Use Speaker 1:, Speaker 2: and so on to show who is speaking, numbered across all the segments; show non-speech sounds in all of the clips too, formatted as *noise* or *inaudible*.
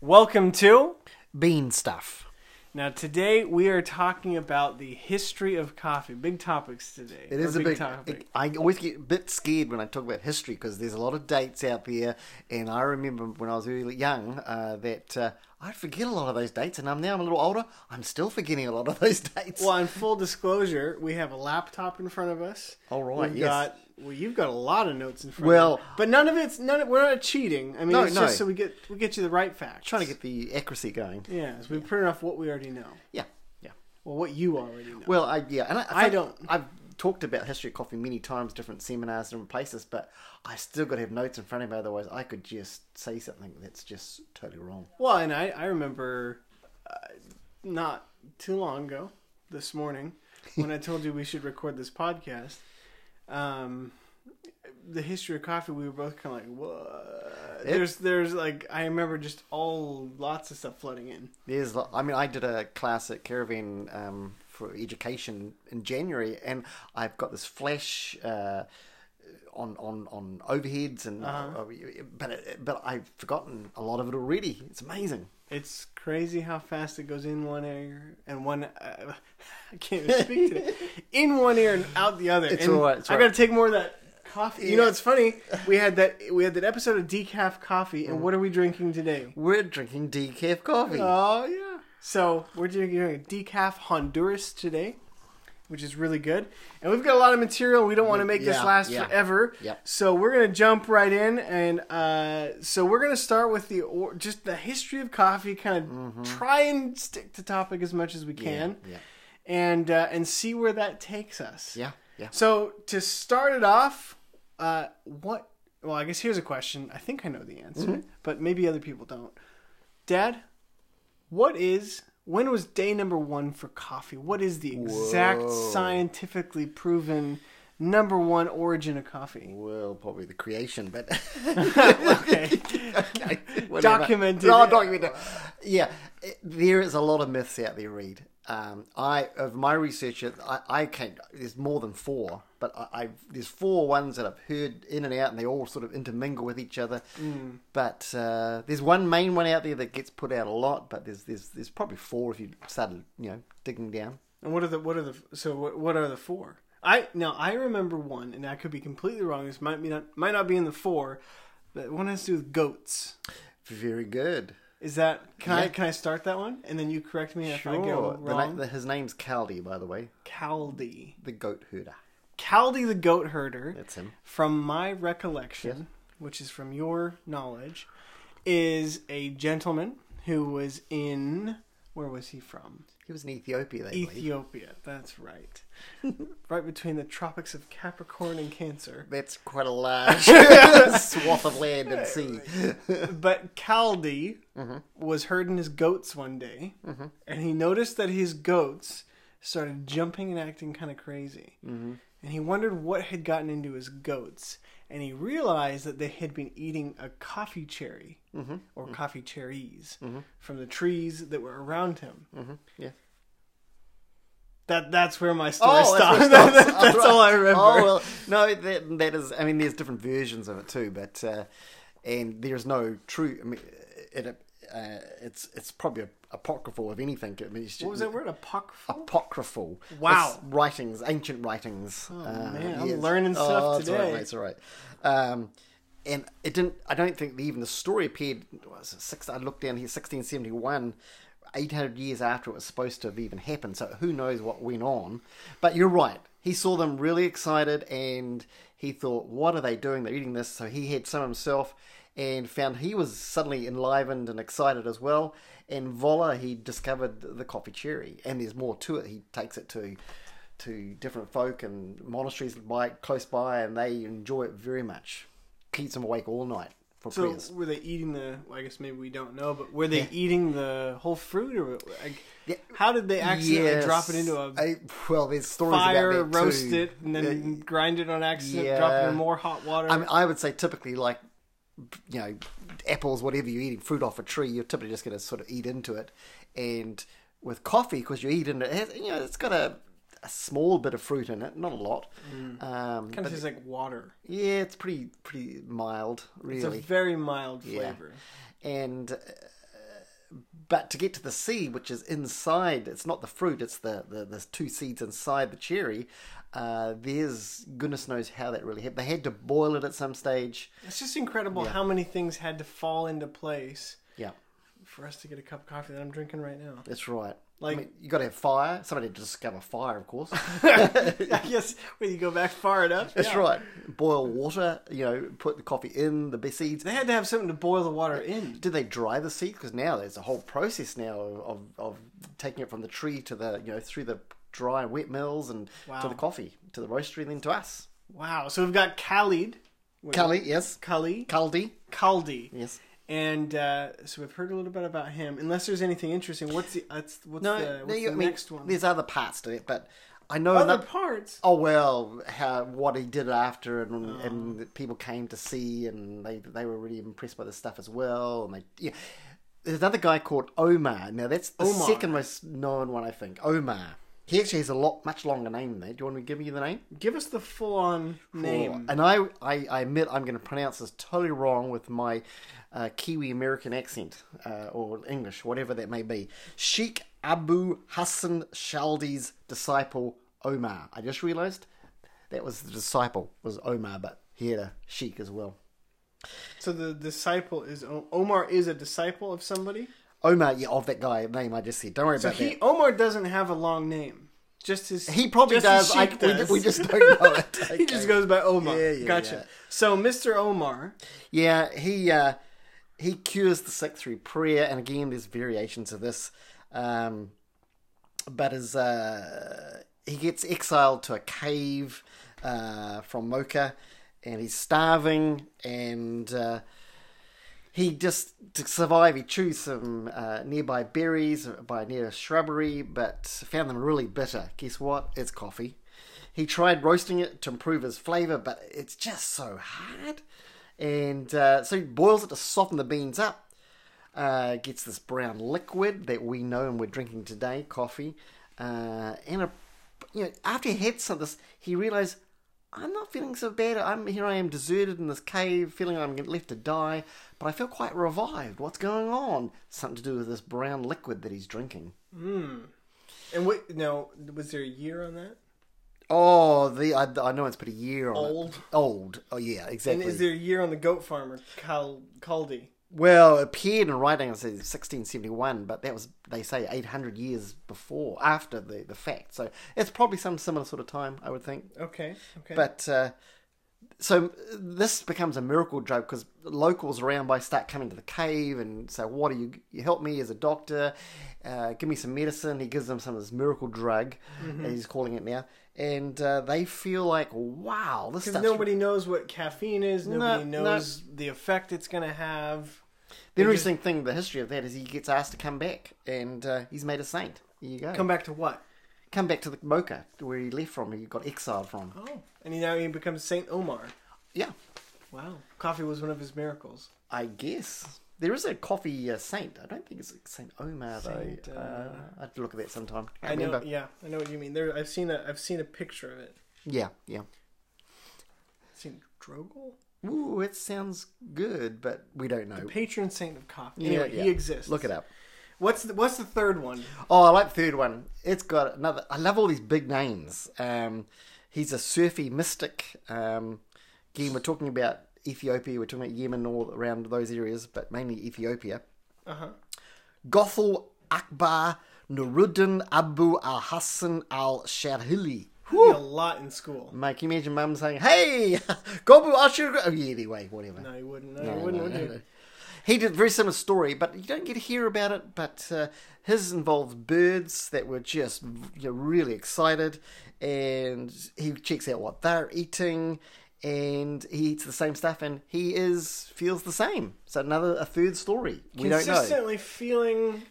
Speaker 1: Welcome to.
Speaker 2: Bean stuff.
Speaker 1: Now, today we are talking about the history of coffee. Big topics today.
Speaker 2: It is
Speaker 1: Or
Speaker 2: a big.
Speaker 1: topic.
Speaker 2: it- I always get a bit scared when I talk about history because there's a lot of dates out there, and I remember when I was really young uh, that uh, I forget a lot of those dates, and I'm now I'm a little older. I'm still forgetting a lot of *laughs* those dates.
Speaker 1: well, in full disclosure, we have a laptop in front of us.
Speaker 2: All right,
Speaker 1: We've
Speaker 2: yes.
Speaker 1: got well, you've got a lot of notes in front.
Speaker 2: Well-
Speaker 1: of you. but none of it's none. Of, we're not cheating. I mean,
Speaker 2: No,
Speaker 1: it's
Speaker 2: no.
Speaker 1: just so we get we get you the right facts.
Speaker 2: trying to get the accuracy going.
Speaker 1: yeah, so we print off what we already know.
Speaker 2: Yeah, yeah.
Speaker 1: Well, what you already know.
Speaker 2: Well, I, yeah, and I,
Speaker 1: I
Speaker 2: think
Speaker 1: don't-
Speaker 2: I've talked about history of coffee many times, different seminars, different places, but I still got to have notes in front of me. Otherwise, I could just say something that's just totally wrong.
Speaker 1: Well, and I, I remember uh, not too long ago, this morning, when I told you we should record this podcast, um, the history of coffee, we were both kind of like, what?
Speaker 2: It-
Speaker 1: There's, there's like, I remember just all lots of stuff flooding in.
Speaker 2: There's, lo- I mean, I did a class at Caravan um, for education in January, and I've got this flash uh, on on on overheads, and uh, but it, but I've forgotten a lot of it already. It's amazing.
Speaker 1: It's crazy how fast it goes in one ear and one. Uh, *laughs* I can't even speak
Speaker 2: *laughs*
Speaker 1: today. In one ear and out the other.
Speaker 2: It's
Speaker 1: And
Speaker 2: all right, it's
Speaker 1: I
Speaker 2: all
Speaker 1: gotta
Speaker 2: right.
Speaker 1: take more of that coffee. You know, it's funny. We had that. We had that episode of decaf coffee, and what are we drinking today?
Speaker 2: We're drinking decaf coffee.
Speaker 1: Oh yeah. So we're drinking a decaf Honduras today, which is really good. And we've got a lot of material. We don't want to make this
Speaker 2: Yeah,
Speaker 1: last
Speaker 2: yeah.
Speaker 1: forever.
Speaker 2: Yep.
Speaker 1: So we're gonna jump right in, and uh, so we're gonna start with the or, just the history of coffee. Kind of try and stick to topic as much as we can,
Speaker 2: Mm-hmm. yeah.
Speaker 1: and uh, and see where that takes us.
Speaker 2: yeah, yeah.
Speaker 1: So to start it off, uh, what? Well, I guess here's a question. I think I know the answer,
Speaker 2: Mm-hmm.
Speaker 1: but maybe other people don't. Dad, what is? When was day number one for coffee? What is the exact scientifically proven number one origin of
Speaker 2: *laughs*
Speaker 1: coffee? *laughs*
Speaker 2: Well, probably the creation, but *laughs*
Speaker 1: Okay.
Speaker 2: okay, whatever.
Speaker 1: Documented.
Speaker 2: No, documented. Yeah, it- there is a lot of myths out there. Reed, um, I of my research, I, I can't. There's more than four, but I, I've there's four ones that I've heard in and out, and they all sort of intermingle with each other. But uh, there's one main one out there that gets put out a lot, but there's there's there's probably four if you started you know digging down.
Speaker 1: And what are the what are the so what, what are the four? I now I remember one, and I could be completely wrong. This might be not might not be in the four, but one has to do with goats.
Speaker 2: Very good.
Speaker 1: Is that can I
Speaker 2: Yeah.
Speaker 1: can I start that one and then you correct me if I go
Speaker 2: Sure. The na-
Speaker 1: wrong?
Speaker 2: the- his name's Caldy, by the way,
Speaker 1: Caldy,
Speaker 2: the goat herder.
Speaker 1: Caldy the goat herder.
Speaker 2: That's him.
Speaker 1: From my recollection, which is from your knowledge, is a gentleman who was in where was he from?
Speaker 2: He was in Ethiopia, they believe.
Speaker 1: Ethiopia. That's right. *laughs* right between the tropics of Capricorn and Cancer.
Speaker 2: That's quite
Speaker 1: *laughs*
Speaker 2: a large swath of land and sea.
Speaker 1: But Caldy
Speaker 2: Mm-hmm.
Speaker 1: was herding his goats one day, and he noticed that his goats started jumping and acting kind of crazy. Mm-hmm. And he wondered what had gotten into his goats, and he realized that they had been eating a coffee cherry
Speaker 2: Mm-hmm.
Speaker 1: or coffee cherries from the trees that were around him.
Speaker 2: Yeah.
Speaker 1: That that's where my story
Speaker 2: Oh, that's
Speaker 1: stops.
Speaker 2: where it
Speaker 1: That-
Speaker 2: stops.
Speaker 1: that- *laughs* that's all I remember.
Speaker 2: Oh well, no, that, that is. I mean, there's different versions of it too, but uh, and there's no true. I mean, it, uh, it's it's probably apocryphal if anything. I mean, it's just,
Speaker 1: What was that word? Apocryphal.
Speaker 2: Apocryphal.
Speaker 1: Wow.
Speaker 2: It's writings, ancient writings. Oh
Speaker 1: man, I'm learning stuff
Speaker 2: it's all right,
Speaker 1: today.
Speaker 2: mate, it's all right. Um, and it didn't. I don't think even the story appeared. what Was it, six? I looked down here, 1671. 800 years after it was supposed to have even happened, so who knows what went on. But you're right, he saw them really excited and he thought, What are they doing? They're eating this. So he had some himself and found he was suddenly enlivened and excited as well. And voila, he discovered the coffee cherry, and there's more to it. He takes it to to different folk and monasteries by close by, and they enjoy it very much. Keeps them awake all night for
Speaker 1: So
Speaker 2: prayers.
Speaker 1: were they eating the? Well, I guess maybe we don't know, but were they eating the whole fruit, or like,
Speaker 2: Yeah.
Speaker 1: how did they accidentally
Speaker 2: Yes.
Speaker 1: drop it into a
Speaker 2: I- well, there's stories
Speaker 1: fire,
Speaker 2: about that too.
Speaker 1: roast it, and then grind it on accident,
Speaker 2: yeah.
Speaker 1: drop it in more hot water?
Speaker 2: I mean, I would say typically like you know apples, whatever you're eating, fruit off a tree, you're typically just going to sort of eat into it. And with coffee, because you eat into it, has- you know it's got a, a small bit of fruit in it, not a lot.
Speaker 1: Mm.
Speaker 2: Um,
Speaker 1: kind of tastes like water.
Speaker 2: yeah, it's pretty pretty mild,
Speaker 1: It's
Speaker 2: really.
Speaker 1: a very mild flavor.
Speaker 2: And uh, But to get to the seed, which is inside, it's not the fruit, it's the, the, the two seeds inside the cherry. Uh, there's goodness knows how that really happened. They had to boil it at some stage.
Speaker 1: It's just incredible how many things had to fall into place
Speaker 2: Yeah,
Speaker 1: for us to get a cup of coffee that I'm drinking right
Speaker 2: *laughs*
Speaker 1: now. *laughs*
Speaker 2: that's right.
Speaker 1: Like-
Speaker 2: I mean, you got to have fire. Somebody had to discover fire,
Speaker 1: *laughs*
Speaker 2: of course.
Speaker 1: I guess when you go back far enough.
Speaker 2: That's
Speaker 1: yeah.
Speaker 2: right. Boil water. You know, put the coffee in the seeds.
Speaker 1: They had to have something to boil the water in.
Speaker 2: Did they dry the seed? Because now there's a whole process now of, of, of taking it from the tree to the you know through the dry and wet mills and
Speaker 1: Wow.
Speaker 2: to the coffee to the roastery and then to us.
Speaker 1: Wow. So we've got Khalid. Wait,
Speaker 2: Kali, yes,
Speaker 1: Khalid.
Speaker 2: Kaldi,
Speaker 1: Kaldi.
Speaker 2: yes.
Speaker 1: And uh, so we've heard a little bit about him. Unless there's anything interesting, what's the what's, what's
Speaker 2: No,
Speaker 1: the,
Speaker 2: no
Speaker 1: what's
Speaker 2: you,
Speaker 1: the
Speaker 2: I mean,
Speaker 1: next one?
Speaker 2: there's other parts to it, but I know
Speaker 1: Other
Speaker 2: another-
Speaker 1: parts.
Speaker 2: Oh well, how what he did after, and, and that people came to see, and they they were really impressed by the stuff as well. And they, yeah. there's another guy called Omar. Now that's the
Speaker 1: Omar.
Speaker 2: second most known one, I think. Omar. He actually has a lot much longer name than that. Do you want me to give you the name?
Speaker 1: Give us the full on name.
Speaker 2: And I, I, I admit I'm going to pronounce this totally wrong with my uh, Kiwi American accent uh, or English, whatever that may be. Sheikh Abu Hassan Shaldi's disciple Omar. I just realised that was the disciple was Omar, but he had a sheikh as well.
Speaker 1: So the disciple is O- Omar is a disciple of somebody.
Speaker 2: Omar, yeah, of that guy name I just said. Don't worry
Speaker 1: So
Speaker 2: about
Speaker 1: he Omar doesn't have a long name. Just his
Speaker 2: that. He probably
Speaker 1: just his
Speaker 2: does. I,
Speaker 1: sheik
Speaker 2: we- We,
Speaker 1: *laughs*
Speaker 2: just *laughs* don't know it.
Speaker 1: he just goes by Omar.
Speaker 2: Yeah, yeah,
Speaker 1: gotcha.
Speaker 2: yeah.
Speaker 1: So Mr. Omar,
Speaker 2: Yeah, he uh, he cures the sick through prayer, and again, there's variations of this. Um, but is uh, he gets exiled to a cave uh, from Mocha, and he's starving, and uh, he just to survive, he chews some uh, nearby berries by near a shrubbery, but found them really bitter. Guess what? It's coffee. He tried roasting it to improve his flavor, but it's just so hard. And uh, so he boils it to soften the beans up uh, gets this brown liquid that we know and we're drinking today, coffee. Uh, and a, you know, after he had some of this, he realised I'm not feeling so bad. I'm here. I am deserted in this cave, feeling I'm left to die, but I feel quite revived. What's going on? Something to do with this brown liquid that he's drinking.
Speaker 1: and what? No, was there a year on that?
Speaker 2: Oh, the I, I know it's put a year on it.
Speaker 1: Old.
Speaker 2: Old. Oh yeah, exactly.
Speaker 1: And is there a year on the goat farmer Cal Caldi?
Speaker 2: Well, it appeared in writing it says 1671, but that was they say 800 years before, after the the fact. So it's probably some similar sort of time, I would think.
Speaker 1: Okay, okay.
Speaker 2: But uh, so this becomes a miracle drug because locals around by start coming to the cave and say, "What do you, you help me as a doctor? Uh, give me some medicine." He gives them some of this miracle drug,
Speaker 1: Mm-hmm.
Speaker 2: as he's calling it now, and uh, they feel like, "Wow, this
Speaker 1: Because
Speaker 2: stuff."
Speaker 1: nobody knows what caffeine is. Nobody
Speaker 2: No, no.
Speaker 1: knows the effect it's going to have.
Speaker 2: the
Speaker 1: They just
Speaker 2: interesting thing, the history of that is he gets asked to come back, and uh, he's made a saint. There you go.
Speaker 1: come back to what?
Speaker 2: come back to the Mocha, where he left from, he got exiled from.
Speaker 1: Oh, and he now he becomes Saint Omar.
Speaker 2: Yeah,
Speaker 1: Wow, coffee was one of his miracles.
Speaker 2: I guess there is a coffee uh, saint. I don't think it's Saint Omar
Speaker 1: Saint,
Speaker 2: though.
Speaker 1: uh,
Speaker 2: Uh, I'd have to look at that sometime. I,
Speaker 1: I know.
Speaker 2: remember.
Speaker 1: Yeah, I know what you mean. There, I've seen a, I've seen a picture of it.
Speaker 2: Yeah, yeah.
Speaker 1: Saint Drogel,
Speaker 2: Ooh, it sounds good, but we don't know.
Speaker 1: patron saint of coffee.
Speaker 2: Yeah,
Speaker 1: Anyway,
Speaker 2: yeah.
Speaker 1: he exists.
Speaker 2: Look it up.
Speaker 1: What's the, what's the third one?
Speaker 2: Oh, I like the third one. It's got another. I love all these big names. Um, he's a Sufi mystic. Um, again, we're talking about Ethiopia. We're talking about Yemen, all around those areas, but mainly Ethiopia.
Speaker 1: Uh huh.
Speaker 2: Gothel Akbar Nuruddin Abu al Hassan al Shadhili.
Speaker 1: A lot in school.
Speaker 2: Mate, can you imagine mum saying, Hey, *laughs* Gobu Ashur? Oh, yeah, anyway, whatever.
Speaker 1: No, you wouldn't. No, you wouldn't. would you?
Speaker 2: He did a very similar story, but you don't get to hear about it. But uh, his involved birds that were just you know, really excited, and he checks out what they're eating, and he eats the same stuff, and he is feels the same. So another a third story. We don't know. Mm-hmm.
Speaker 1: Consistently feeling,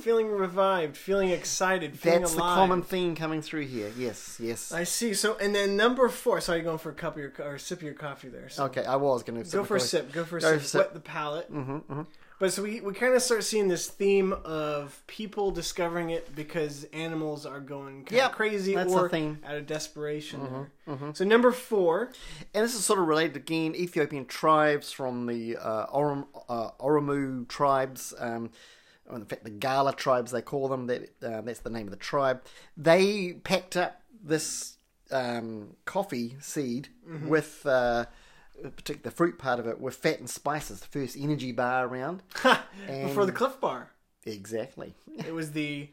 Speaker 1: feeling revived, feeling excited, feeling
Speaker 2: That's the
Speaker 1: alive.
Speaker 2: common theme coming through here. Yes, yes.
Speaker 1: I see. So, and then number four. Sorry, you're going for a cup of your, co- or a sip of your coffee there. So
Speaker 2: Okay, I was going to
Speaker 1: go for a sip. Go for a
Speaker 2: Go
Speaker 1: sip.
Speaker 2: for a sip.
Speaker 1: Wet the palate. Mm-hmm, But so we, we kind of start seeing this theme of people discovering it because animals are going kind
Speaker 2: Yep,
Speaker 1: of crazy
Speaker 2: that's
Speaker 1: or
Speaker 2: the theme.
Speaker 1: out of desperation. there. So number four. *laughs*
Speaker 2: And this is sort of related again. Ethiopian tribes from the uh, Orom, uh, Oromo tribes um, or in fact the Gala tribes they call them. That uh, that's the name of the tribe. They packed up this um, coffee seed
Speaker 1: Mm-hmm.
Speaker 2: with uh, particularly the fruit part of it with fat and spices. The first energy bar around.
Speaker 1: Before the Cliff Bar,
Speaker 2: Exactly.
Speaker 1: it was the,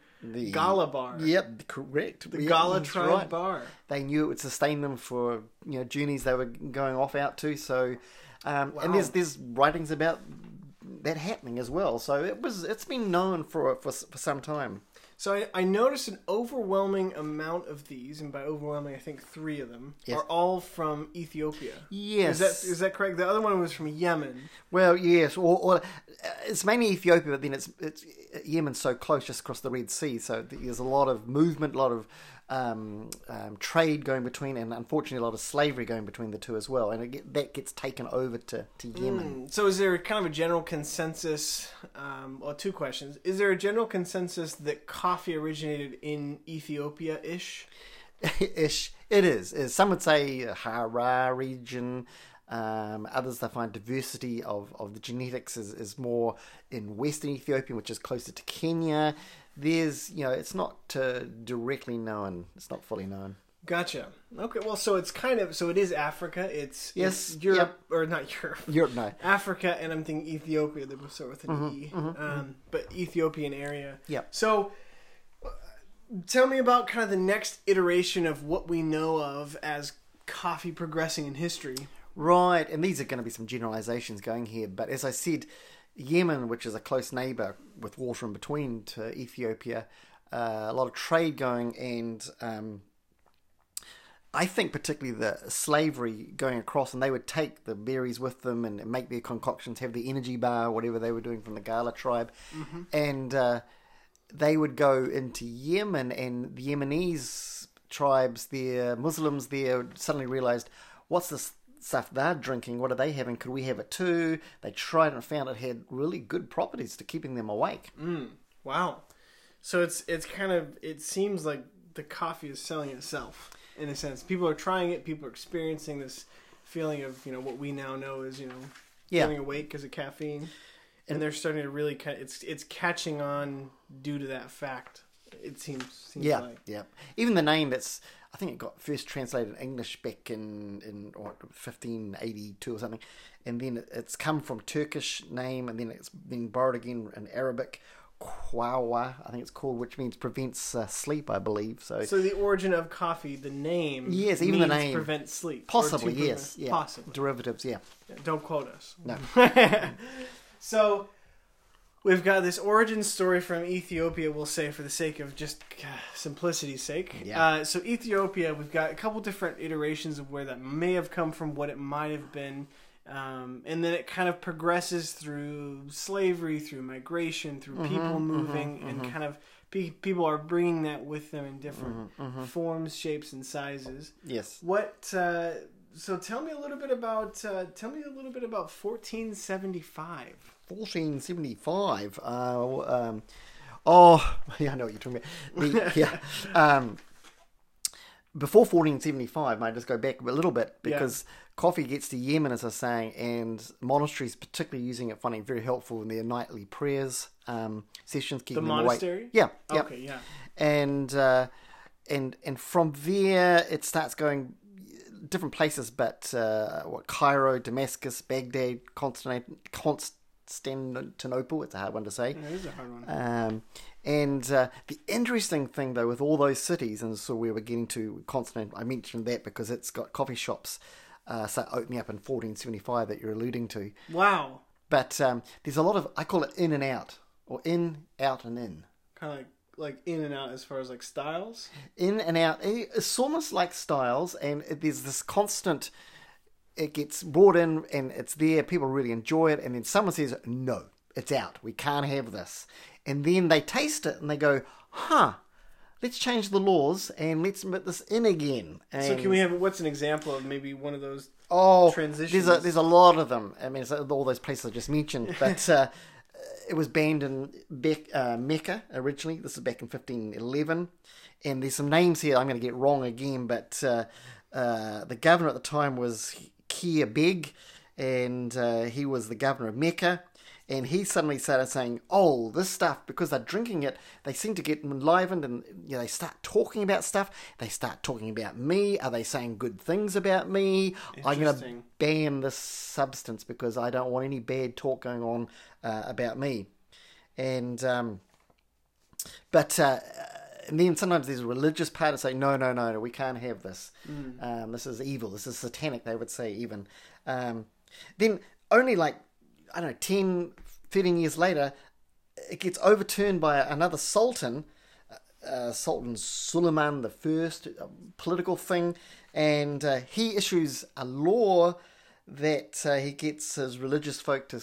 Speaker 1: Gala Bar,
Speaker 2: Yep, correct.
Speaker 1: the Gala Tribe Bar.
Speaker 2: They knew it would sustain them for you know journeys they were going off out to. So, um, and there's there's writings about that happening as well. So it was it's been known for for, for some time.
Speaker 1: So I, I noticed an overwhelming amount of these, and by overwhelming, I think three of them
Speaker 2: Yes.
Speaker 1: are all from Ethiopia. is
Speaker 2: Yes.
Speaker 1: that is that correct? The other one was from Yemen.
Speaker 2: Well, yes, or, or uh, it's mainly Ethiopia, but then it's, it's uh, Yemen's so close, just across the Red Sea, so there's a lot of movement, a lot of um, um, trade going between, and unfortunately, a lot of slavery going between the two as well, and it, get- that gets taken over to, to Yemen.
Speaker 1: Hmm. So is there kind of a general consensus? Um, well, two questions. Is there a general consensus that coffee originated in Ethiopia ish?
Speaker 2: ish. It is. Is- Some would say Hara region. Um, others they find diversity of, of the genetics is, is more in Western Ethiopia, which is closer to Kenya. There's, you know, it's not uh, directly known. It's not fully known.
Speaker 1: Gotcha. Okay. Well, so it's kind of so it is Africa. It's
Speaker 2: Yes,
Speaker 1: it's Europe or not *laughs* Europe.
Speaker 2: Europe, no.
Speaker 1: Africa, and I'm thinking Ethiopia. They both start with an E, um, but Ethiopian area.
Speaker 2: Yep.
Speaker 1: So, uh, tell me about kind of the next iteration of what we know of as coffee progressing in history.
Speaker 2: Right, and these are going to be some generalizations going here, but as I said, Yemen, which is a close neighbor with water in between to Ethiopia, uh, a lot of trade going, and um, I think particularly the slavery going across, and they would take the berries with them and make their concoctions, have the energy bar, whatever they were doing from the Gala tribe, and uh, they would go into Yemen, and the Yemenis tribes there, Muslims there, suddenly realized, what's this stuff they're drinking? What are they having? Could we have it too? They tried and found it had really good properties to keeping them awake.
Speaker 1: Wow. So it's it's kind of it seems like the coffee is selling itself in a sense. People are trying it. People are experiencing this feeling of you know what we now know is you know
Speaker 2: Yeah.
Speaker 1: feeling awake because of caffeine, and they're starting to really kind. it's it's catching on due to that fact. It seems seems
Speaker 2: Yeah,
Speaker 1: like.
Speaker 2: yeah. Even the name that's I think it got first translated in English back in in or 1582 or something, and then it's come from Turkish name, and then it's been borrowed again in Arabic, Kwawa, I think it's called, which means prevents uh, sleep, I believe. So,
Speaker 1: So the origin of coffee, the name,
Speaker 2: Yes, even the
Speaker 1: means
Speaker 2: name.
Speaker 1: prevent sleep, or
Speaker 2: possibly
Speaker 1: to prevent-
Speaker 2: yes, yeah,
Speaker 1: possibly.
Speaker 2: derivatives, yeah.
Speaker 1: Don't quote us.
Speaker 2: No.
Speaker 1: *laughs* so we've got this origin story from Ethiopia, we'll say for the sake of just uh, simplicity's sake.
Speaker 2: Yeah.
Speaker 1: Uh, so Ethiopia, we've got a couple different iterations of where that may have come from, what it might have been. Um, and then it kind of progresses through slavery, through migration, through
Speaker 2: Mm-hmm,
Speaker 1: people moving, and kind of pe- people are bringing that with them in different
Speaker 2: Mm-hmm,
Speaker 1: forms, shapes, and sizes.
Speaker 2: Yes.
Speaker 1: What? Uh, so tell me a little bit about. Uh, tell me a little bit about 1475.
Speaker 2: 1475. Uh, um, oh, *laughs* yeah, I know what you're talking about. The,
Speaker 1: *laughs*
Speaker 2: yeah. Um, before 1475, may I just go back a little bit because coffee gets to Yemen, as I was saying, and monasteries, particularly using it, finding it very helpful in their nightly prayers um, sessions. Keeping them awake.
Speaker 1: monastery?
Speaker 2: Yeah, yeah
Speaker 1: Okay, yeah.
Speaker 2: and uh, and and from there it starts going different places, but uh, what Cairo, Damascus, Baghdad, Constant- Constantinople. It's a hard one to say.
Speaker 1: That is a hard one.
Speaker 2: Um, and uh, the interesting thing, though, with all those cities, and so we were getting to Constantinople, I mentioned that because it's got coffee shops uh, start opening up in 1475 that you're alluding to.
Speaker 1: Wow.
Speaker 2: But um, there's a lot of, I call it in and out, or in, out, and in.
Speaker 1: Kind of like like in and out as far as like styles.
Speaker 2: in and out. E, It's almost like styles, and it- there's this constant. It gets brought in, and it's there. People really enjoy it, and then someone says, "No, it's out. We can't have this." And then they taste it, and they go, "Huh." Let's change the laws and let's put this in again. And
Speaker 1: So can we have what's an example of maybe one of those?
Speaker 2: oh,
Speaker 1: transitions?
Speaker 2: There's a, there's a lot of them. I mean, it's all those places I just mentioned, but uh, it was banned in Bec- uh, Mecca originally. This is back in 1511, and there's some names here I'm going to get wrong again, but uh, uh, the governor at the time was Kia Beg, and uh, he was the governor of Mecca. and he suddenly started saying, "Oh, this stuff because they're drinking it, they seem to get enlivened, and you know, they start talking about stuff. They start talking about me. Are they saying good things about me? I'm going to
Speaker 1: Interesting.
Speaker 2: ban this substance because I don't want any bad talk going on uh, about me." And um, but uh, and then sometimes there's a religious part of saying, no, no, no, no, we can't have this. Um, this is evil. This is satanic, they would say, even. Um, then only like, I don't know, 10, 15 years later, it gets overturned by another sultan, uh, Sultan Suleiman the First, a political thing, and uh, he issues a law that uh, he gets his religious folk to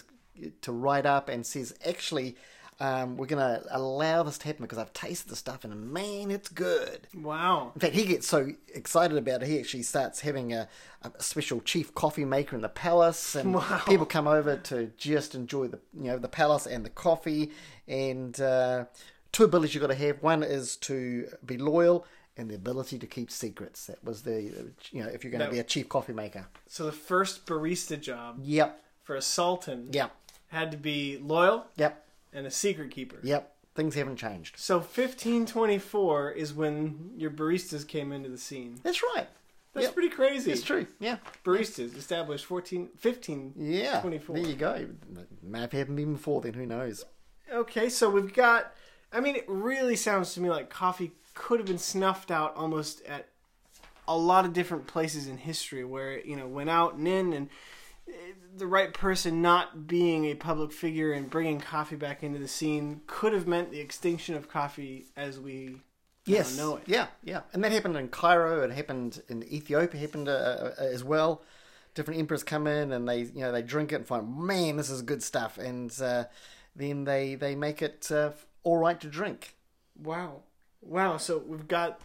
Speaker 2: to write up and says, actually, um, we're going to allow this to happen because I've tasted the stuff and man, it's good.
Speaker 1: Wow.
Speaker 2: In fact, he gets so excited about it, he actually starts having a, a special chief coffee maker in the palace, and
Speaker 1: Wow.
Speaker 2: people come over to just enjoy the you know the palace and the coffee. And uh, two abilities you've got to have: one is to be loyal, and the ability to keep secrets. That was the you know if you're going
Speaker 1: That-
Speaker 2: to be a chief coffee maker.
Speaker 1: So the first barista job
Speaker 2: Yep,
Speaker 1: for a sultan
Speaker 2: yep,
Speaker 1: had to be loyal
Speaker 2: yep,
Speaker 1: and a secret keeper.
Speaker 2: yep. Things haven't changed.
Speaker 1: So 1524 is when your baristas came into the scene.
Speaker 2: That's right.
Speaker 1: That's
Speaker 2: Yep.
Speaker 1: pretty crazy.
Speaker 2: It's true. Yeah.
Speaker 1: Baristas established 14, 15.
Speaker 2: Yeah.
Speaker 1: 24.
Speaker 2: There you go. May have happened even before then. Who knows?
Speaker 1: Okay, so we've got. I mean, it really sounds to me like coffee could have been snuffed out almost at a lot of different places in history where it, you know, went out and in and eh, the right person not being a public figure and bringing coffee back into the scene could have meant the extinction of coffee as we now
Speaker 2: Yes.
Speaker 1: know it.
Speaker 2: Yeah, yeah. And that happened in Cairo. It happened in Ethiopia. Happened uh, uh, as well. Different emperors come in and they, you know, they drink it and find, man, this is good stuff. And uh, then they they make it uh, all right to drink.
Speaker 1: Wow. Wow. So we've got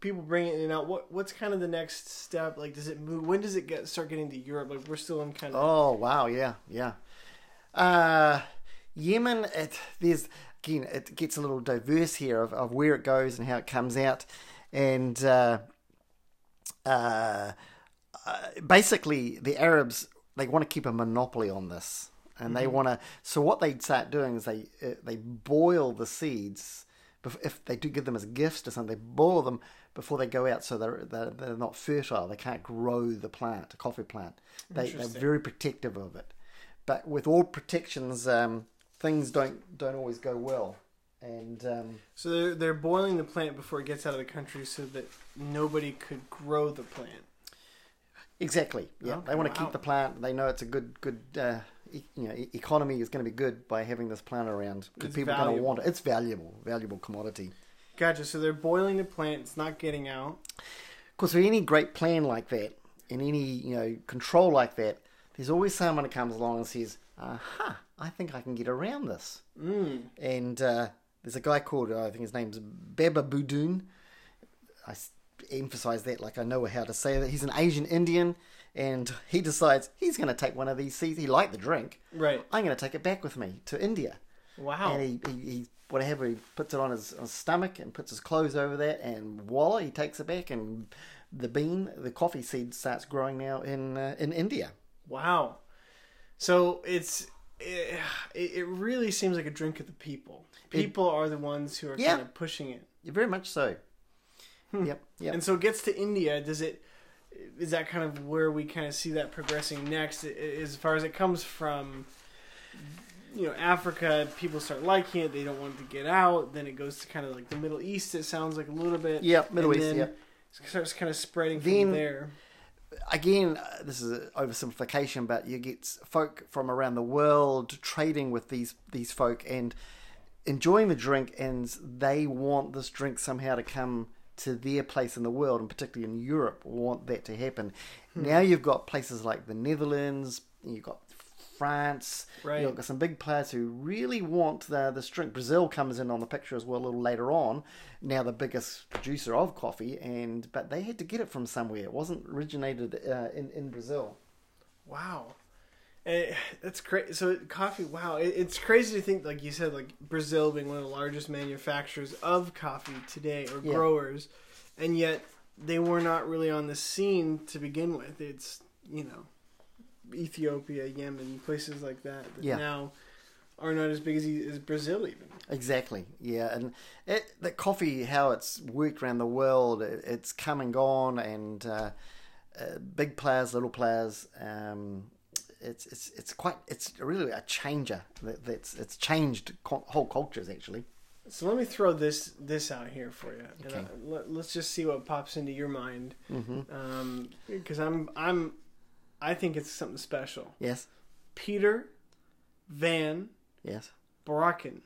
Speaker 1: people bringing it in and out. What What's kind of the next step? Like, does it move? When does it get start getting to Europe? Like, we're still in kind of.
Speaker 2: Oh wow, yeah, yeah. Uh, Yemen, it, there's again, it gets a little diverse here of, of where it goes and how it comes out, and uh, uh, uh, basically the Arabs they want to keep a monopoly on this, and they want to. So what they start doing is they uh, they boil the seeds. bef- If they do give them as gifts to something, they boil them before they go out, so they're they're, they're not fertile. They can't grow the plant, the coffee plant. They, they're very protective of it. But with all protections, um, things don't don't always go well, and. Um,
Speaker 1: So they're, they're boiling the plant before it gets out of the country so that nobody could grow the plant.
Speaker 2: Exactly. Yeah,
Speaker 1: Okay,
Speaker 2: they want to
Speaker 1: wow.
Speaker 2: keep the plant. They know it's a good, good, uh, e- you know, e- economy is going to be good by having this plant around because
Speaker 1: It's
Speaker 2: people are going to
Speaker 1: valuable.
Speaker 2: want it. It's valuable, valuable commodity.
Speaker 1: Gotcha. So they're boiling the plant. It's not getting out.
Speaker 2: Of course, with any great plan like that, and any you know control like that, there's always someone who comes along and says, "Aha, I think I can get around this."
Speaker 1: Mm.
Speaker 2: and uh, there's a guy called uh, I think his name's Baba Budoon. I emphasize that like I know how to say that. He's an Asian Indian, and he decides he's going to take one of these seeds. He liked the drink.
Speaker 1: Right.
Speaker 2: I'm going to take it back with me to India.
Speaker 1: Wow.
Speaker 2: And he, he, he whatever he puts it on his, on his stomach and puts his clothes over that, and voila, he takes it back, and the bean, the coffee seed, starts growing now in uh, in India.
Speaker 1: Wow. So it's. It, it really seems like a drink of the people. People are the ones who are
Speaker 2: Yeah.
Speaker 1: kind of pushing it.
Speaker 2: Very much so. Yep. Yep.
Speaker 1: And so it gets to India. Does it? Is that kind of where we kind of see that progressing next? I- As far as it comes from, you know, Africa, people start liking it. They don't want it to get out. Then it goes to kind of like the Middle East. It sounds like a little bit.
Speaker 2: Yep, Middle
Speaker 1: And
Speaker 2: East,
Speaker 1: then
Speaker 2: yep.
Speaker 1: It starts kind of spreading from
Speaker 2: Then-
Speaker 1: there.
Speaker 2: again, uh, this is an oversimplification, but you get s- folk from around the world trading with these these folk and enjoying the drink, and they want this drink somehow to come to their place in the world, and particularly in Europe, want that to happen. Now you've got places like the Netherlands, you've got France,
Speaker 1: Right.
Speaker 2: you've got some big players who really want the, this drink. Brazil comes in on the picture as well a little later on. Now the biggest producer of coffee, and but they had to get it from somewhere. It wasn't originated uh, in in Brazil.
Speaker 1: Wow. Eh, that's crazy. So coffee, wow, it, it's crazy to think, like you said, like Brazil being one of the largest manufacturers of coffee today or
Speaker 2: Yeah.
Speaker 1: growers, and yet they were not really on the scene to begin with. It's you know, Ethiopia, Yemen, places like that. that
Speaker 2: Yeah.
Speaker 1: Now are not as big as, he, as Brazil even.
Speaker 2: Exactly. Yeah, and it, the coffee, how it's worked around the world, it, it's come and gone, and uh, uh, big players, little players. Um, it's it's it's quite it's really a changer. That, that's it's changed co- whole cultures actually.
Speaker 1: So let me throw this this out here for you. And
Speaker 2: Okay. Mm-hmm.
Speaker 1: I, let, let's just see what pops into your mind, because I'm I'm I think it's something special.
Speaker 2: Yes.
Speaker 1: Peter Van
Speaker 2: Yes.
Speaker 1: Brocken.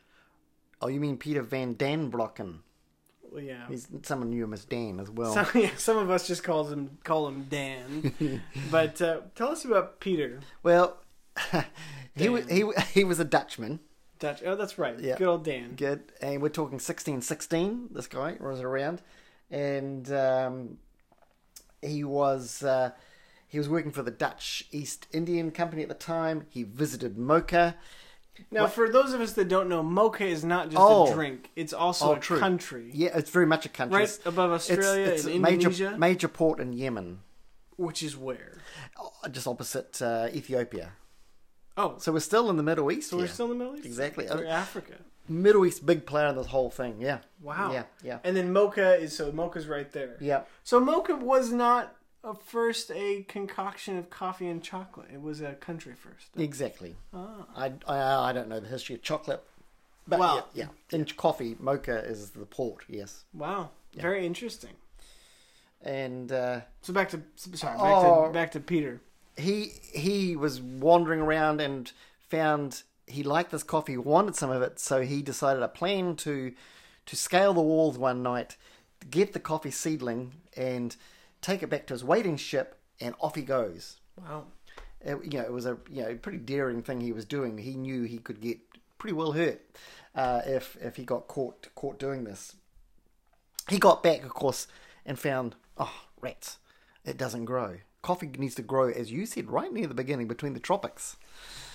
Speaker 2: Oh, you mean Peter Van Dan Blocken?
Speaker 1: Well, yeah.
Speaker 2: He's someone knew him as Dan as well.
Speaker 1: *laughs* Some, yeah, some of us just calls him call him Dan.
Speaker 2: *laughs*
Speaker 1: but uh, tell us about Peter
Speaker 2: well, *laughs* he was, he wa- *laughs* he was a Dutchman.
Speaker 1: Dutch. Oh, that's right.
Speaker 2: Yeah.
Speaker 1: Good old Dan.
Speaker 2: Good. And we're talking 1616. This guy was around, and um, he was uh, he was working for the Dutch East Indian Company at the time. He visited Mocha.
Speaker 1: Now, for those of us that don't know, mocha is not just
Speaker 2: Oh.
Speaker 1: a drink; it's also
Speaker 2: Oh,
Speaker 1: a
Speaker 2: true.
Speaker 1: country.
Speaker 2: Yeah, it's very much a country.
Speaker 1: Right
Speaker 2: It's-
Speaker 1: above Australia
Speaker 2: it's, it's
Speaker 1: and
Speaker 2: a major,
Speaker 1: Indonesia,
Speaker 2: Major port in Yemen,
Speaker 1: which is where.
Speaker 2: oh, just opposite uh, Ethiopia.
Speaker 1: Oh, so
Speaker 2: So we're still in the Middle East.
Speaker 1: we're
Speaker 2: here.
Speaker 1: still in the Middle East.
Speaker 2: Exactly.
Speaker 1: We're Africa.
Speaker 2: Middle East big player in this whole thing. Yeah.
Speaker 1: Wow.
Speaker 2: Yeah. Yeah.
Speaker 1: And then mocha is so mocha's right there.
Speaker 2: Yeah.
Speaker 1: So mocha was not a first a concoction of coffee and chocolate. It was a country first.
Speaker 2: Exactly. I, I I don't know the history of chocolate, but
Speaker 1: Well-
Speaker 2: yeah, yeah. In coffee, mocha is the port. Yes.
Speaker 1: Wow. Very interesting.
Speaker 2: And uh,
Speaker 1: So back to sorry, back
Speaker 2: Oh.
Speaker 1: to back to Peter.
Speaker 2: he he was wandering around and found he liked this coffee, wanted some of it, so he decided a plan to to scale the walls one night, get the coffee seedling, and take it back to his waiting ship, and off he goes.
Speaker 1: Wow.
Speaker 2: it, you know, it was a you know pretty daring thing he was doing. He knew he could get pretty well hurt uh, if if he got caught caught doing this. He got back, of course, and found oh rats, it doesn't grow. Coffee needs to grow, as you said, right near the beginning between the tropics.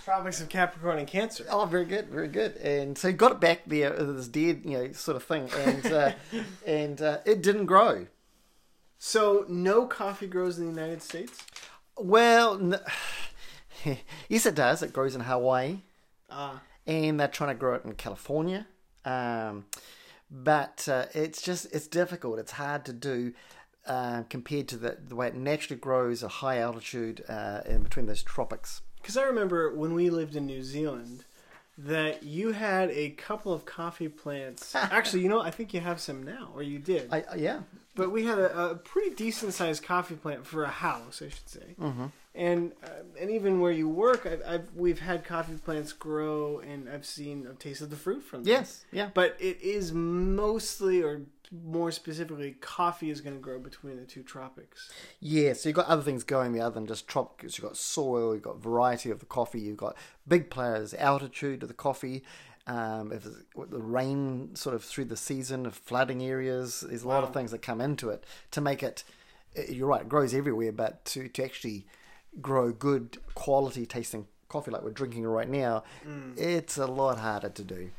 Speaker 1: Tropics of Capricorn and Cancer.
Speaker 2: Oh, very good, very good. And so he got it back there, uh, this dead, you know, sort of thing, and *laughs* uh, and uh, it didn't grow.
Speaker 1: So no coffee grows in the United States.
Speaker 2: Well, n- *sighs* yes, it does. It grows in Hawaii.
Speaker 1: Ah,
Speaker 2: and they're trying to grow it in California. Um, but uh, it's just it's difficult. It's hard to do uh, compared to the, the way it naturally grows at high altitude uh, in between those tropics.
Speaker 1: because I remember when we lived in New Zealand, that you had a couple of coffee
Speaker 2: *laughs*
Speaker 1: plants. Actually, you know, I think you have some now, or you did.
Speaker 2: I, yeah,
Speaker 1: But we had a, a pretty decent sized coffee plant for a house, I should say.
Speaker 2: Mm-hmm.
Speaker 1: And uh, and even where you work, I've, I've we've had coffee plants grow, and I've seen I've tasted the fruit from them.
Speaker 2: yes, yeah,
Speaker 1: But it is mostly, or more specifically, coffee is going to grow between the two tropics.
Speaker 2: yeah. So you've got other things going there other than just tropics. You've got soil. You've got variety of the coffee. You've got big players, altitude of the coffee. Um, if it's- with the rain sort of through the season, of flooding areas, there's a lot of things that come into it to make it Uh, you're right, it grows everywhere, but to, to actually grow good quality tasting coffee like we're drinking right now,
Speaker 1: Mm.
Speaker 2: it's a lot harder to do.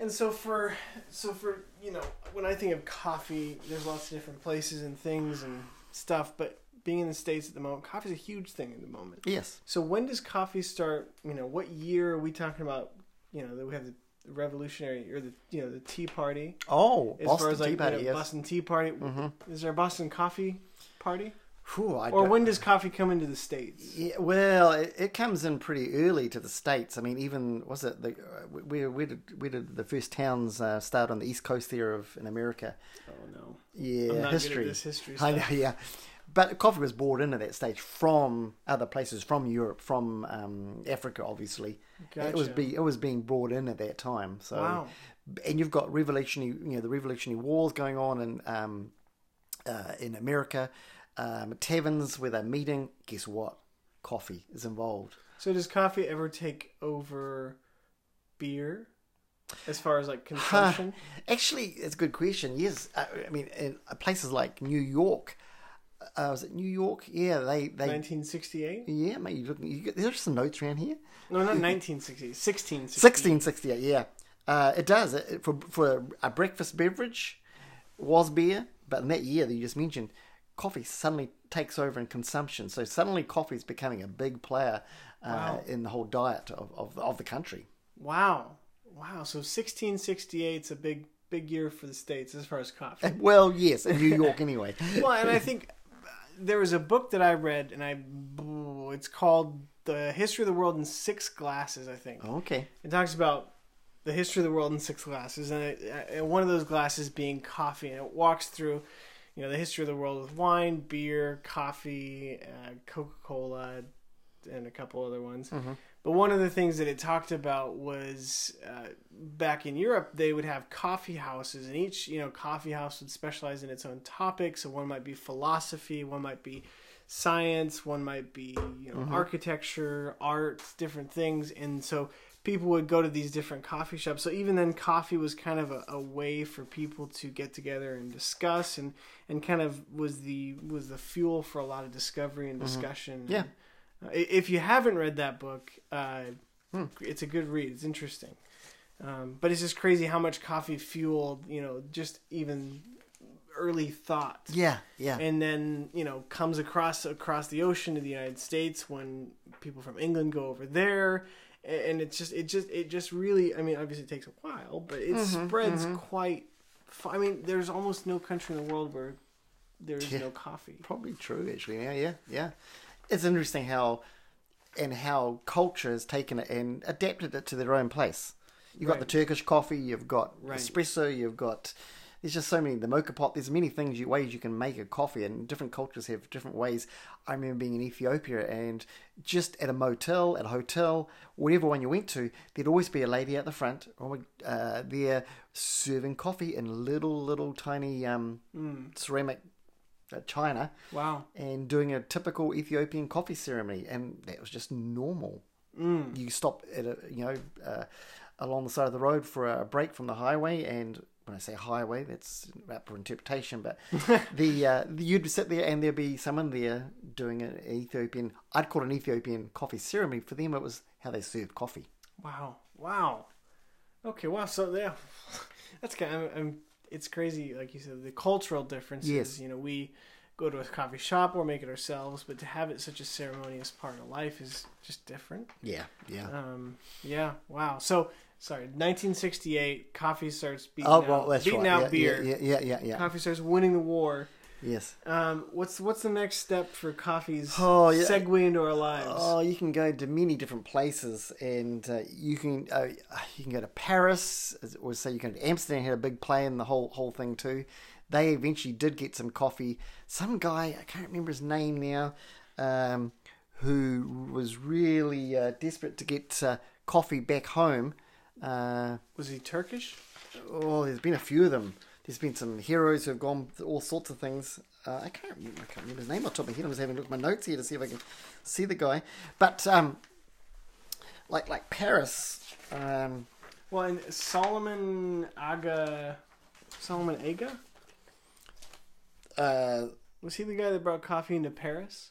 Speaker 1: And so for so for you know when I think of coffee, there's lots of different places and things and stuff. But being in the states at the moment, coffee's a huge thing at the moment.
Speaker 2: Yes.
Speaker 1: So when does coffee start? You know, what year are we talking about? You know, that we have the revolutionary or the you know the Tea Party.
Speaker 2: Oh,
Speaker 1: As
Speaker 2: Boston
Speaker 1: far as like
Speaker 2: Tea Party,
Speaker 1: the
Speaker 2: yes.
Speaker 1: Boston Tea Party, is there a Boston Coffee Party?
Speaker 2: Phew, I
Speaker 1: Or
Speaker 2: don't-
Speaker 1: when does coffee come into the states?
Speaker 2: Yeah, well, it, it comes in pretty early to the states. I mean, even was it the uh, where where did where did the first towns uh, start on the east coast there of in America?
Speaker 1: Oh no,
Speaker 2: Yeah,
Speaker 1: I'm not
Speaker 2: history.
Speaker 1: good at this history
Speaker 2: *laughs* I
Speaker 1: stuff.
Speaker 2: know, yeah. But coffee was brought in at that stage from other places, from Europe, from um, Africa, obviously. It was Um,
Speaker 1: Gotcha.
Speaker 2: be, it was being brought in at that time. So,
Speaker 1: Wow.
Speaker 2: and you've got revolutionary, you know, the revolutionary wars going on in um, uh, in America, um, taverns where they're meeting. Guess what? Coffee is involved.
Speaker 1: So does coffee ever take over beer as far as like
Speaker 2: Uh,
Speaker 1: consumption?
Speaker 2: actually, it's a good question. Yes, I, I mean, in uh, places like New York, uh, was it New York? Yeah, they they
Speaker 1: 1968?
Speaker 2: Yeah, mate, you looking. You get, there's some notes around here.
Speaker 1: No, not 1968. 1668.
Speaker 2: 1668, yeah. Uh, it does. It, it- for, for a breakfast beverage, was beer, but in that year that you just mentioned, coffee suddenly takes over in consumption. So suddenly coffee is becoming a big player uh, in the whole diet of, of, of the country.
Speaker 1: Wow. Wow. So 1668 is a big, big year for the States as far as coffee.
Speaker 2: Well, yes, in New York anyway.
Speaker 1: well, and I think uh, there was a book that I read, and I, it's called The History of the World in Six Glasses, I think.
Speaker 2: okay.
Speaker 1: It talks about the history of the world in six glasses, and, it, and one of those glasses being coffee, and it walks through, you know, the history of the world with wine, beer, coffee, uh, Coca Cola, and a couple other ones. But one of the things that it talked about was uh, back in Europe, they would have coffee houses, and each you know coffee house would specialize in its own topic. So one might be philosophy, one might be science, one might be you know architecture, art, different things. And so people would go to these different coffee shops. So even then, coffee was kind of a, a way for people to get together and discuss, and and kind of was the was the fuel for a lot of discovery and discussion.
Speaker 2: Yeah.
Speaker 1: Uh, i- If you haven't read that book, uh,
Speaker 2: Hmm.
Speaker 1: it's a good read. It's interesting, um, but it's just crazy how much coffee fueled you know just even early thought
Speaker 2: Yeah, yeah.
Speaker 1: and then you know comes across across the ocean to the United States when people from England go over there A- and it's just it just it just really I mean obviously it takes a while but it
Speaker 2: Mm-hmm,
Speaker 1: spreads quite fa- I mean there's almost no country in the world where there is
Speaker 2: Yeah.
Speaker 1: no coffee
Speaker 2: Probably true, actually. Yeah, yeah, yeah. It's interesting how and how culture has taken it and adapted it to their own place. You've got
Speaker 1: Right.
Speaker 2: the Turkish coffee, you've got
Speaker 1: Right.
Speaker 2: espresso, you've got. There's just so many. The mocha pot. There's many things you ways you can make a coffee, and different cultures have different ways. I remember being in Ethiopia, and just at a motel, at a hotel, whatever one you went to, there'd always be a lady at the front, or uh, there serving coffee in little, little tiny um,
Speaker 1: Mm.
Speaker 2: ceramic uh, china
Speaker 1: wow
Speaker 2: and doing a typical Ethiopian coffee ceremony, and that was just normal. Mm. You stop at a you know uh, along the side of the road for a break from the highway, and when I say highway, that's up for interpretation. But the uh, you'd sit there, and there'd be someone there doing an Ethiopian. I'd call it an Ethiopian coffee ceremony. For them, it was how they served coffee.
Speaker 1: wow wow okay wow so yeah *laughs* that's kind of I'm, it's crazy like you said the cultural differences
Speaker 2: Yes.
Speaker 1: you know we go to a coffee shop or make it ourselves but to have it such a ceremonious part of life is just different
Speaker 2: Yeah, yeah.
Speaker 1: Um, yeah. Wow. So sorry. 1968. Coffee starts beating
Speaker 2: oh
Speaker 1: out,
Speaker 2: well, that's
Speaker 1: beating
Speaker 2: right.
Speaker 1: out
Speaker 2: yeah,
Speaker 1: beer.
Speaker 2: Yeah, yeah, yeah, yeah. yeah.
Speaker 1: Coffee starts winning the war.
Speaker 2: Yes.
Speaker 1: Um, what's what's the next step for coffee's
Speaker 2: Oh, yeah.
Speaker 1: segue into our lives?
Speaker 2: Oh, you can go to many different places, and uh, you can uh, you can go to Paris, or say you can go to Amsterdam. Had a big play in the whole whole thing too. They eventually did get some coffee. Some guy I can't remember his name now, um, who was really uh, desperate to get uh, coffee back home. Uh,
Speaker 1: Was he Turkish?
Speaker 2: oh, there's been a few of them. There's been some heroes who have gone through all sorts of things. Uh, I can't remember, I can't remember his name off the top of my head. I'm just having a look at my notes here to see if I can see the guy. But um, like like Paris, um,
Speaker 1: Well, and Solomon Aga, Solomon Aga.
Speaker 2: uh,
Speaker 1: Was he the guy that brought coffee into Paris?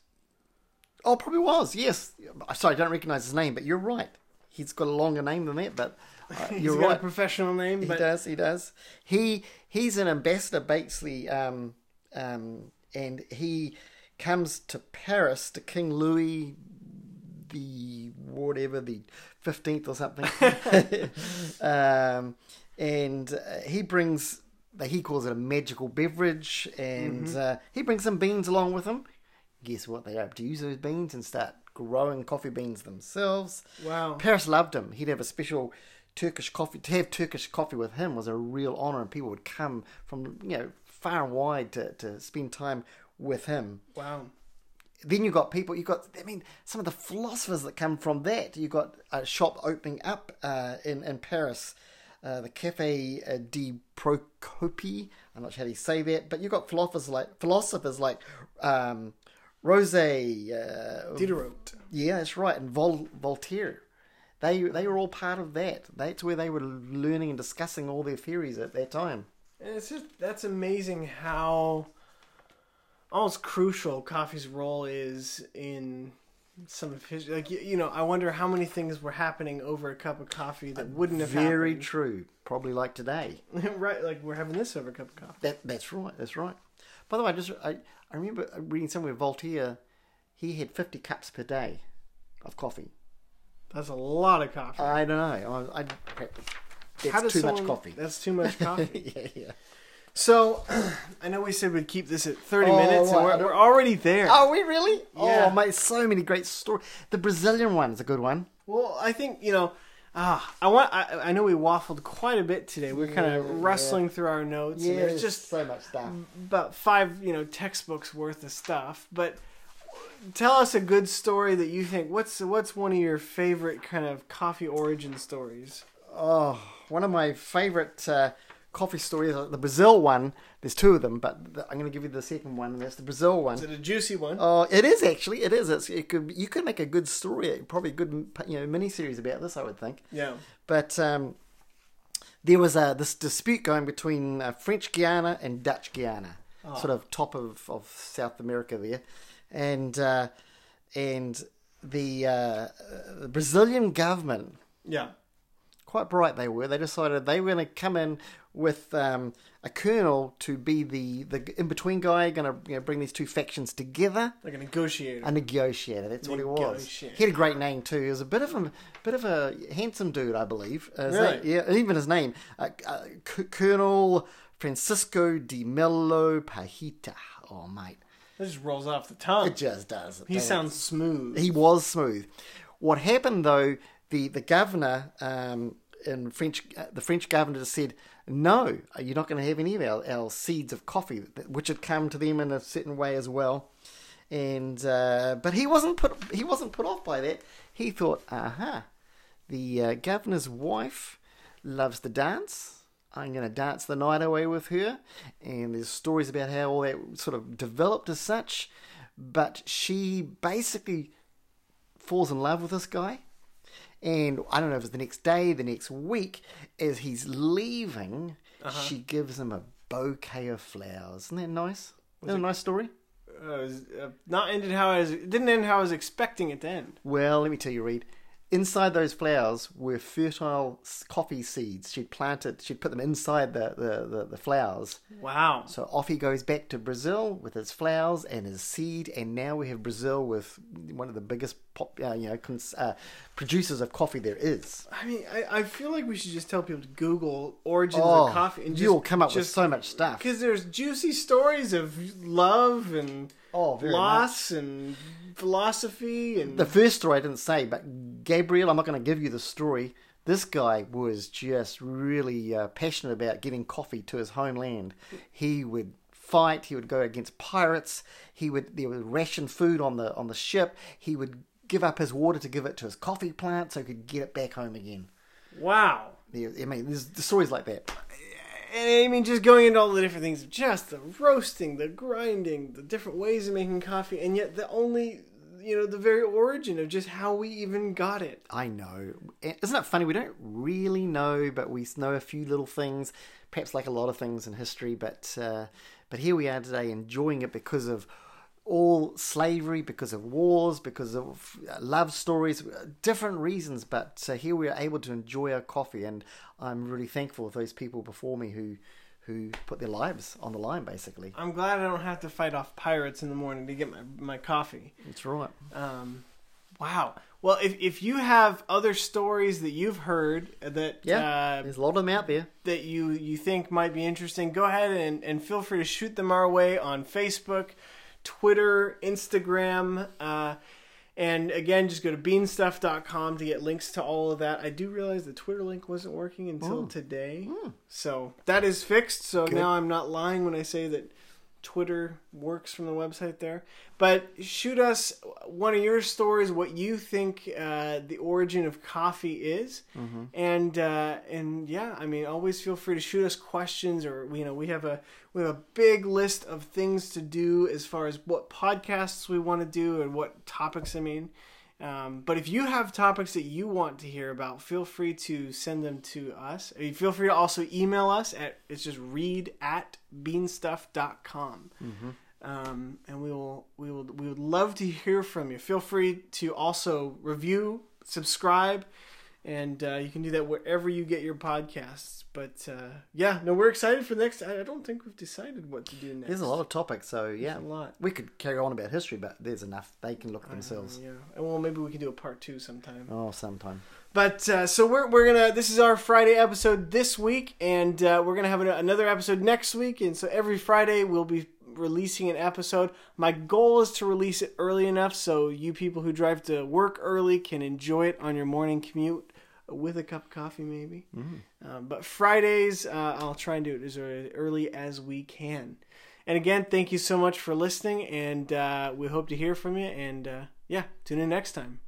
Speaker 2: oh, probably was. Yes, I'm sorry, I don't recognise his name, but you're right. He's got a longer name than that, but uh,
Speaker 1: *laughs* He's
Speaker 2: you're
Speaker 1: got
Speaker 2: right.
Speaker 1: a professional name,
Speaker 2: He
Speaker 1: but
Speaker 2: does. He does. He he's an ambassador, basically, um, um, and he comes to Paris to King Louis the whatever the fifteenth or something, *laughs* um, and uh, he brings. He calls it a magical beverage, and uh, he brings some beans along with him. Guess what? They're able to use those beans and start growing coffee beans themselves.
Speaker 1: wow.
Speaker 2: Paris loved him. He'd have a special Turkish coffee. To have Turkish coffee with him was a real honor, and people would come from you know far and wide to, to spend time with him.
Speaker 1: Wow.
Speaker 2: Then you got people. You got I mean some of the philosophers that come from that. You got a shop opening up uh, in in Paris. Uh, the Cafe uh, de Procopie. I'm not sure how you say that, but you got philosophers like philosophers like um, Rose, uh,
Speaker 1: Diderot.
Speaker 2: yeah, that's right. And Vol- Voltaire, they they were all part of that. That's where they were learning and discussing all their theories at that time.
Speaker 1: And it's just that's amazing how almost crucial coffee's role is in some of his like you, you know I wonder how many things were happening over a cup of coffee that wouldn't have
Speaker 2: Uh, Very true. Probably like today.
Speaker 1: happened *laughs* right like we're having this over a cup of coffee
Speaker 2: That that's right. That's right. By the way, I just I, I remember reading somewhere Voltaire, he had fifty cups per day of coffee.
Speaker 1: That's a lot of coffee.
Speaker 2: I don't know. I, I,
Speaker 1: How does
Speaker 2: that's Uh, too much
Speaker 1: someone-
Speaker 2: coffee.
Speaker 1: That's too
Speaker 2: *laughs*
Speaker 1: much coffee.
Speaker 2: yeah, yeah.
Speaker 1: so, *clears throat* I know we said we'd keep this at 30
Speaker 2: Oh,
Speaker 1: minutes, and
Speaker 2: right.
Speaker 1: we're, we're already there.
Speaker 2: Are we really?
Speaker 1: Yeah.
Speaker 2: Oh, mate, so many great stories. The Brazilian one's a good one.
Speaker 1: Well, I think you know. Ah, I want. I, I know we waffled quite a bit today. We are kind
Speaker 2: Yeah,
Speaker 1: of rustling through our notes. and there's just
Speaker 2: so much stuff.
Speaker 1: about five, you know, textbooks worth of stuff. But tell us a good story that you think. What's what's one of your favorite kind of coffee origin stories?
Speaker 2: Oh, one of my favorite uh, coffee stories, uh, the Brazil one. There's two of them, but the, I'm going to give you the second one. That's the Brazil one.
Speaker 1: Is it a juicy one?
Speaker 2: Oh, it is actually. It is. It's, it could. You could make a good story, probably a good you know mini series about this. I would think.
Speaker 1: yeah.
Speaker 2: But um, there was a, this dispute going between uh, French Guiana and Dutch Guiana, sort of top of, of South America there, and uh, and the, uh, uh, the Brazilian government,
Speaker 1: Yeah.
Speaker 2: quite bright they were. They decided they were going to come in with um, a colonel to be the the in between guy, going to you know, bring these two factions together.
Speaker 1: Like a negotiator.
Speaker 2: A negotiator. That's what he was.
Speaker 1: Negotiator.
Speaker 2: He had a great name too. He was a bit of a bit of a handsome dude, I believe. Uh, his
Speaker 1: Really?
Speaker 2: name- yeah, even his name, uh, uh, C- Colonel Francisco de Melo Pajita. Oh mate,
Speaker 1: That just rolls off the tongue.
Speaker 2: it just does.
Speaker 1: He sounds smooth.
Speaker 2: He was smooth. What happened though? The the governor um, in French, uh, the French governor just said, "No, uh, you're not going to have any of our, our seeds of coffee, which had come to them in a certain way as well." And uh, but he wasn't put he wasn't put off by that. He thought, "Aha, the uh, governor's wife loves to dance." I'm going to dance the night away with her. And there's stories about how all that sort of developed as such. But she basically falls in love with this guy. And I don't know if it's the next day, the next week, as he's leaving, she gives him a bouquet of flowers. Isn't that nice? Isn't that a nice story?
Speaker 1: Uh, it was, uh, not ended how I was. It didn't end how I was expecting it to end.
Speaker 2: Well, let me tell you, Reed. Inside those flowers were fertile s- coffee seeds. She'd planted, she'd put them inside the, the, the, the flowers.
Speaker 1: Wow.
Speaker 2: So off he goes back to Brazil with his flowers and his seed, and now we have Brazil with one of the biggest pop, uh, you know, cons- uh, producers of coffee there is.
Speaker 1: I mean, I, I feel like we should just tell people to Google origins
Speaker 2: Oh,
Speaker 1: of coffee and just,
Speaker 2: you'll come up with
Speaker 1: just, *laughs*
Speaker 2: so much stuff.
Speaker 1: because there's juicy stories of love and
Speaker 2: Oh, very
Speaker 1: loss and philosophy and
Speaker 2: The first story I didn't say, but Gabriel, I'm not going to give you the story. This guy was just really uh, passionate about getting coffee to his homeland. He would fight. He would go against pirates. He would there would ration food on the on the ship. He would give up his water to give it to his coffee plant so he could get it back home again.
Speaker 1: wow.
Speaker 2: There, I mean, there's stories like that.
Speaker 1: And I mean, just going into all the different things, just the roasting, the grinding, the different ways of making coffee, and yet the only, you know, the very origin of just how we even got it.
Speaker 2: I know. Isn't it funny? We don't really know, but we know a few little things, perhaps like a lot of things in history. But uh, but here we are today, enjoying it because of all slavery, because of wars, because of uh, love stories, uh, different reasons. But uh, here we are able to enjoy our coffee, and I'm really thankful of those people before me who who put their lives on the line. Basically,
Speaker 1: I'm glad I don't have to fight off pirates in the morning to get my, my coffee.
Speaker 2: that's right.
Speaker 1: Um, wow. Well, if, if you have other stories that you've heard that
Speaker 2: Yeah,
Speaker 1: uh,
Speaker 2: there's a lot of them out there.
Speaker 1: that you you think might be interesting, go ahead and, and feel free to shoot them our way on Facebook, Twitter, Instagram. Uh, and again, just go to beanstuff.com to get links to all of that. I do realize the Twitter link wasn't working until today. So that is fixed. So now I'm not lying when I say that Twitter works from the website there. But shoot us one of your stories, what you think uh, the origin of coffee is, and uh, and yeah, I mean, always feel free to shoot us questions, or you know, we have a we have a big list of things to do as far as what podcasts we want to do and what topics. I mean. Um, but if you have topics that you want to hear about, feel free to send them to us. Uh, Feel free to also email us at it's just read at beanstuff.com.
Speaker 2: Mm-hmm.
Speaker 1: Um, and we will we will we would love to hear from you. Feel free to also review, subscribe, and uh, you can do that wherever you get your podcasts. But uh, yeah, no, we're excited for next. I I don't think we've decided what to do next.
Speaker 2: There's a lot of topics, so yeah,
Speaker 1: a lot.
Speaker 2: we could carry on about history, but there's enough. They can look at themselves.
Speaker 1: Yeah, and well, maybe we can do a part two sometime.
Speaker 2: Oh, sometime.
Speaker 1: But uh, so we're we're gonna. This is our Friday episode this week, and uh, we're gonna have an, another episode next week. And so every Friday we'll be releasing an episode. My goal is to release it early enough so you people who drive to work early can enjoy it on your morning commute with a cup of coffee, maybe. Uh, but Fridays, uh, I'll try and do it as ear- early as we can. And again, thank you so much for listening, and uh, we hope to hear from you. And uh, yeah, tune in next time.